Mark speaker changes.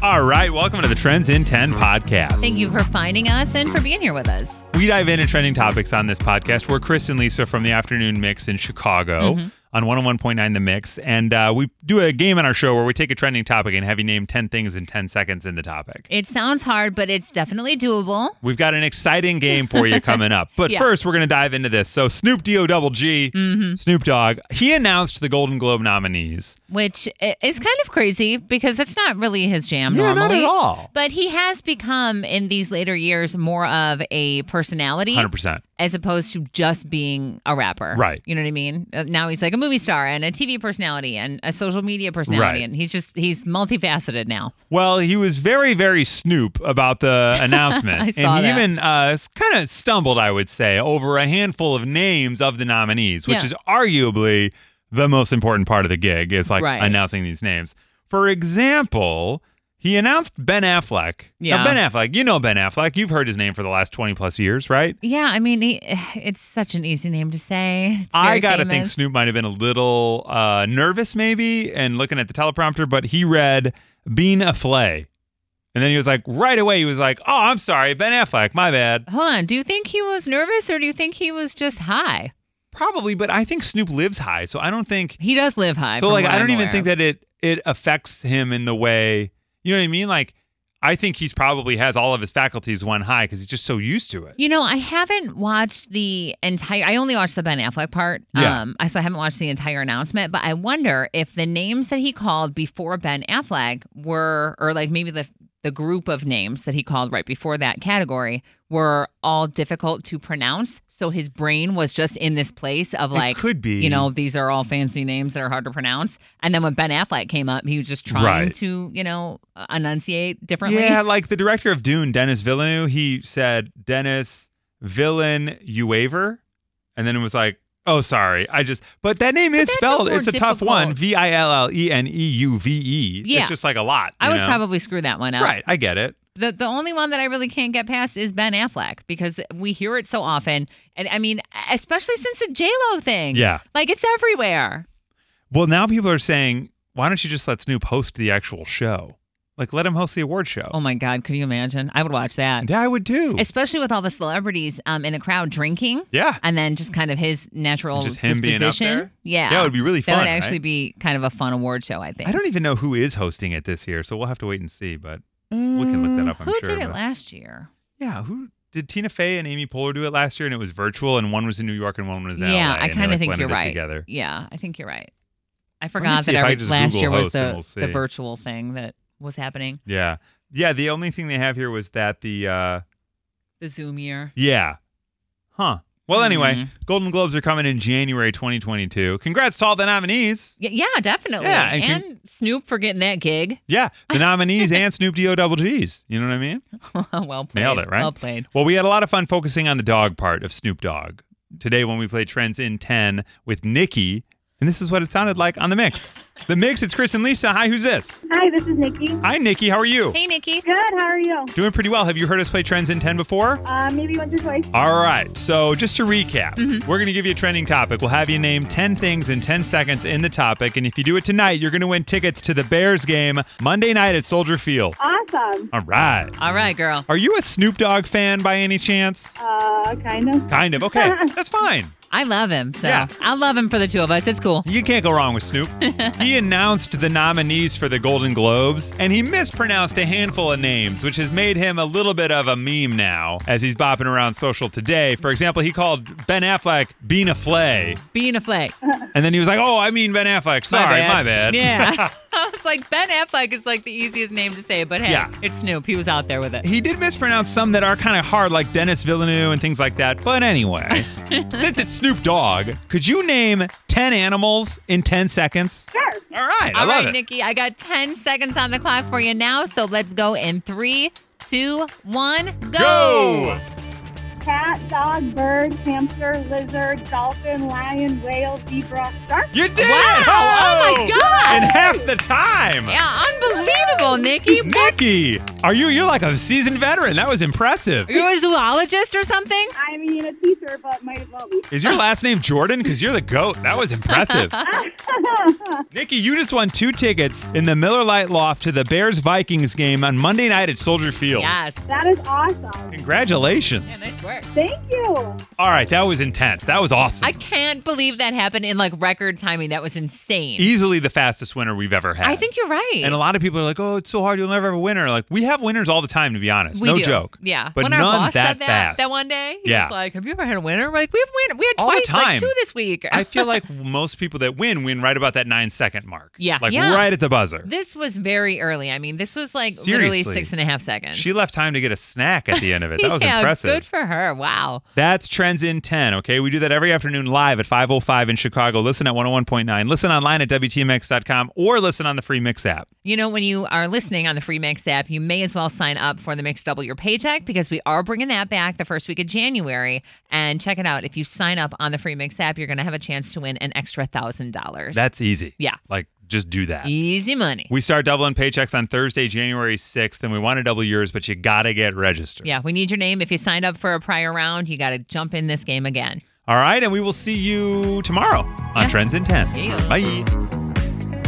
Speaker 1: All right, welcome to the Trends in 10 podcast.
Speaker 2: Thank you for finding us and for being here with us.
Speaker 1: We dive into trending topics on this podcast. We're Chris and Lisa from the Afternoon Mix in Chicago
Speaker 2: Mm-hmm.
Speaker 1: on 101.9 The Mix. And uh, we do a game on our show where we take a trending topic and have you name 10 things in 10 seconds in the topic.
Speaker 2: It sounds hard, but it's definitely doable.
Speaker 1: We've got an exciting game for you coming up. But
Speaker 2: Yeah. Mm-hmm.
Speaker 1: first, we're going to dive into this. So, Snoop D O Double G, Snoop Dogg, he announced the Golden Globe nominees.
Speaker 2: which i- is kind of crazy because that's not really his jam
Speaker 1: Yeah, not at
Speaker 2: normally.
Speaker 1: all.
Speaker 2: But he has become in these later years more of a personality
Speaker 1: 100%.
Speaker 2: as opposed to just being a rapper.
Speaker 1: Right.
Speaker 2: You know what I mean? Uh, Now he's like a movie star and a TV personality and a social media personality
Speaker 1: Right.
Speaker 2: and he's just he's multifaceted now.
Speaker 1: Well, he was very, very snoop about the announcement.
Speaker 2: I
Speaker 1: and
Speaker 2: saw
Speaker 1: he
Speaker 2: that.
Speaker 1: even uh, kind of stumbled, I would say, over a handful of names of the nominees, which
Speaker 2: Yeah.
Speaker 1: is arguably the most important part of the gig, is like
Speaker 2: Right.
Speaker 1: announcing these names. For example, he announced Ben Affleck. Now,
Speaker 2: Yeah.
Speaker 1: Ben Affleck, you know Ben Affleck. You've heard his name for the last 20 plus years, right?
Speaker 2: Yeah, I mean he, it's such an easy name to say. It's
Speaker 1: I
Speaker 2: very
Speaker 1: gotta think
Speaker 2: famous.
Speaker 1: Snoop might have been a little uh, nervous, maybe, and looking at the teleprompter. But he read "Bean Affleck," and then he was like, right away, he was like, "Oh, I'm sorry, Ben Affleck, my bad."
Speaker 2: Hold on, do you think he was nervous or do you think he was just high?
Speaker 1: Probably, but I think Snoop lives high, so I don't think.
Speaker 2: He does live high.
Speaker 1: So
Speaker 2: from
Speaker 1: like,
Speaker 2: what
Speaker 1: I don't
Speaker 2: I'm
Speaker 1: even
Speaker 2: aware
Speaker 1: think
Speaker 2: of.
Speaker 1: that it it affects him in the way you know what I mean. Like, I think he's probably has all of his faculties one high because he's just so used to it.
Speaker 2: You know, I haven't watched the entire. I only watched the Ben Affleck part.
Speaker 1: Yeah.
Speaker 2: Um, I so I haven't watched the entire announcement, but I wonder if the names that he called before Ben Affleck were, or like maybe the the group of names that he called right before that category were all difficult to pronounce. So his brain was just in this place of
Speaker 1: It
Speaker 2: like,
Speaker 1: could be.
Speaker 2: you know, these are all fancy names that are hard to pronounce. And then when Ben Affleck came up, he was just trying
Speaker 1: Right.
Speaker 2: to, you know, uh, enunciate differently.
Speaker 1: Yeah, like the director of Dune, Dennis Villeneuve, he said Dennis Villain Uaver, and then it was like, oh, sorry, I just. But that name is
Speaker 2: that's a
Speaker 1: spelled.
Speaker 2: more
Speaker 1: It's a tough one.
Speaker 2: difficult-
Speaker 1: V i l l e n e u v e.
Speaker 2: Yeah.
Speaker 1: it's just like a lot.
Speaker 2: I
Speaker 1: you
Speaker 2: would
Speaker 1: know?
Speaker 2: probably screw that one up.
Speaker 1: Right, I get it.
Speaker 2: The the only one that I really can't get past is Ben Affleck because we hear it so often, and I mean, especially since the J Lo thing.
Speaker 1: Yeah.
Speaker 2: like it's everywhere.
Speaker 1: Well, now people are saying, why don't you just let Snoop host the actual show? Like, let him host the award show.
Speaker 2: Oh my God, could you imagine? I would watch that,
Speaker 1: yeah, I would too.
Speaker 2: especially with all the celebrities um, in the crowd drinking,
Speaker 1: yeah.
Speaker 2: and then just kind of his natural
Speaker 1: Just him being up
Speaker 2: disposition.
Speaker 1: there?
Speaker 2: Yeah,
Speaker 1: Yeah, it would be really
Speaker 2: That
Speaker 1: fun,
Speaker 2: would actually
Speaker 1: right?
Speaker 2: be kind of a fun award show, I think.
Speaker 1: I don't even know who is hosting it this year, so we'll have to wait and see. But
Speaker 2: we
Speaker 1: can look that up, I'm
Speaker 2: Mm, Who
Speaker 1: sure,
Speaker 2: did it
Speaker 1: but-
Speaker 2: last year?
Speaker 1: Yeah, who did Tina Fey and Amy Poehler do it last year? And it was virtual, and one was in New York and one was in
Speaker 2: yeah,
Speaker 1: LA,
Speaker 2: I
Speaker 1: and they,
Speaker 2: kind of
Speaker 1: like,
Speaker 2: think
Speaker 1: blended
Speaker 2: you're
Speaker 1: it
Speaker 2: right.
Speaker 1: Together.
Speaker 2: Yeah, I think you're right. I forgot
Speaker 1: see
Speaker 2: that
Speaker 1: if I
Speaker 2: every,
Speaker 1: just
Speaker 2: last
Speaker 1: Google
Speaker 2: year was
Speaker 1: host and
Speaker 2: the,
Speaker 1: we'll
Speaker 2: the
Speaker 1: see.
Speaker 2: virtual thing that was happening.
Speaker 1: Yeah, yeah. The only thing they have here was that the uh,
Speaker 2: The Zoom year.
Speaker 1: yeah, huh. Well, anyway,
Speaker 2: Mhm.
Speaker 1: Golden Globes are coming in January 2022. Congrats to all the nominees.
Speaker 2: Y- yeah, definitely.
Speaker 1: Yeah, and
Speaker 2: and,
Speaker 1: can-
Speaker 2: Snoop for getting that gig.
Speaker 1: Yeah, the nominees and Snoop D O double G's. You know what I mean?
Speaker 2: well played.
Speaker 1: Nailed it, right?
Speaker 2: Well played.
Speaker 1: Well, we had a lot of fun focusing on the dog part of Snoop Dogg today when we played Trends in 10 with Nikki. And this is what it sounded like on the mix. The mix, it's Chris and Lisa. Hi, who's this?
Speaker 3: Hi, this is Nikki.
Speaker 1: Hi, Nikki. How are you?
Speaker 2: Hey, Nikki.
Speaker 3: Good, how are you?
Speaker 1: Doing pretty well. Have you heard us play Trends in 10 before?
Speaker 3: Uh, maybe once or twice.
Speaker 1: All right. So, just to recap, we're going to give you a trending topic. We'll have you name 10 things in 10 seconds in the topic. And if you do it tonight, you're going to win tickets to the Bears game Monday night at Soldier Field.
Speaker 3: Awesome.
Speaker 1: All right.
Speaker 2: All right, girl.
Speaker 1: Are you a Snoop Dogg fan by any chance?
Speaker 3: Uh, kind of.
Speaker 1: Kind of. Okay. That's fine.
Speaker 2: I love him. So
Speaker 1: Yeah.
Speaker 2: I love him for the two of us. It's cool.
Speaker 1: You can't go wrong with Snoop. he announced the nominees for the Golden Globes, and he mispronounced a handful of names, which has made him a little bit of a meme now as he's bopping around social today. For example, he called Ben Affleck Bean Flay,
Speaker 2: Being a flake.
Speaker 1: and then he was like, "Oh, I mean Ben Affleck. Sorry, my bad."
Speaker 2: Yeah. I was like, Ben Affleck is like the easiest name to say, but hey,
Speaker 1: Yeah.
Speaker 2: it's Snoop. He was out there with it.
Speaker 1: He did mispronounce some that are kind of hard, like Dennis Villeneuve and things like that. But anyway, since it's Snoop Dogg, could you name 10 animals in 10 seconds?
Speaker 3: Sure.
Speaker 1: All right. I
Speaker 2: All
Speaker 1: love
Speaker 2: right,
Speaker 1: it.
Speaker 2: Nikki, I got 10 seconds on the clock for you now. So let's go in three, two, one,
Speaker 1: Go!
Speaker 2: go.
Speaker 3: Cat, dog, bird, hamster, lizard, dolphin, lion, whale, zebra, shark.
Speaker 1: You did
Speaker 2: Wow.
Speaker 1: it!
Speaker 2: Oh, my
Speaker 1: Hello!
Speaker 2: God.
Speaker 1: In half the time.
Speaker 2: Yeah, unbelievable. level, Nikki.
Speaker 1: Nikki, are you? You're like a seasoned veteran. That was impressive.
Speaker 2: Are you a zoologist or something?
Speaker 3: I mean, a teacher, but might as well be.
Speaker 1: Is your last name Jordan? Because you're the goat. That was impressive. Nikki, you just won two tickets in the Miller Lite Loft to the Bears Vikings game on Monday night at Soldier Field.
Speaker 2: Yes.
Speaker 3: that is awesome.
Speaker 1: Congratulations.
Speaker 2: Yeah, nice work.
Speaker 3: Thank you.
Speaker 1: All right, that was intense. That was awesome.
Speaker 2: I can't believe that happened in like record timing. That was insane.
Speaker 1: Easily the fastest winner we've ever had.
Speaker 2: I think you're right.
Speaker 1: And a lot of people are like, "Oh, it's so hard. You'll never have a winner." Like we have winners all the time, to be honest.
Speaker 2: we
Speaker 1: no
Speaker 2: do.
Speaker 1: joke.
Speaker 2: Yeah.
Speaker 1: But
Speaker 2: when
Speaker 1: none
Speaker 2: our boss
Speaker 1: that
Speaker 2: said that
Speaker 1: fast.
Speaker 2: that one day, he
Speaker 1: Yeah.
Speaker 2: was like, "Have you ever had a winner?" We're like, "We've win. We had
Speaker 1: All the
Speaker 2: twice,
Speaker 1: time.
Speaker 2: like two this week."
Speaker 1: I feel like most people that win win right about that nine second mark.
Speaker 2: Yeah.
Speaker 1: Like
Speaker 2: Yeah.
Speaker 1: right at the buzzer.
Speaker 2: this was very early. I mean, this was like literally
Speaker 1: Seriously.
Speaker 2: six and a half seconds.
Speaker 1: She left time to get a snack at the end of it. That was
Speaker 2: yeah,
Speaker 1: impressive.
Speaker 2: Good for her. Wow.
Speaker 1: That's Trends in 10, okay? We do that every afternoon live at 5.05 in Chicago. Listen at 101.9. Listen online at WTMX.com or listen on the free Mix app.
Speaker 2: You know, when you are listening on the free Mix app, you may as well sign up for the Mix Double Your Paycheck because we are bringing that back the first week of January. And check it out. If you sign up on the free Mix app, you're going to have a chance to win an extra thousand dollars.
Speaker 1: That's easy.
Speaker 2: Yeah. E-
Speaker 1: Like, just do that.
Speaker 2: easy money.
Speaker 1: We start doubling paychecks on Thursday, January 6th, and we want to double yours, but you got to get registered.
Speaker 2: Yeah, we need your name. If you signed up for a prior round, you got to jump in this game again.
Speaker 1: All right, and we will see you tomorrow on
Speaker 2: Yeah.
Speaker 1: Trends in 10.
Speaker 2: Hey.
Speaker 1: Bye.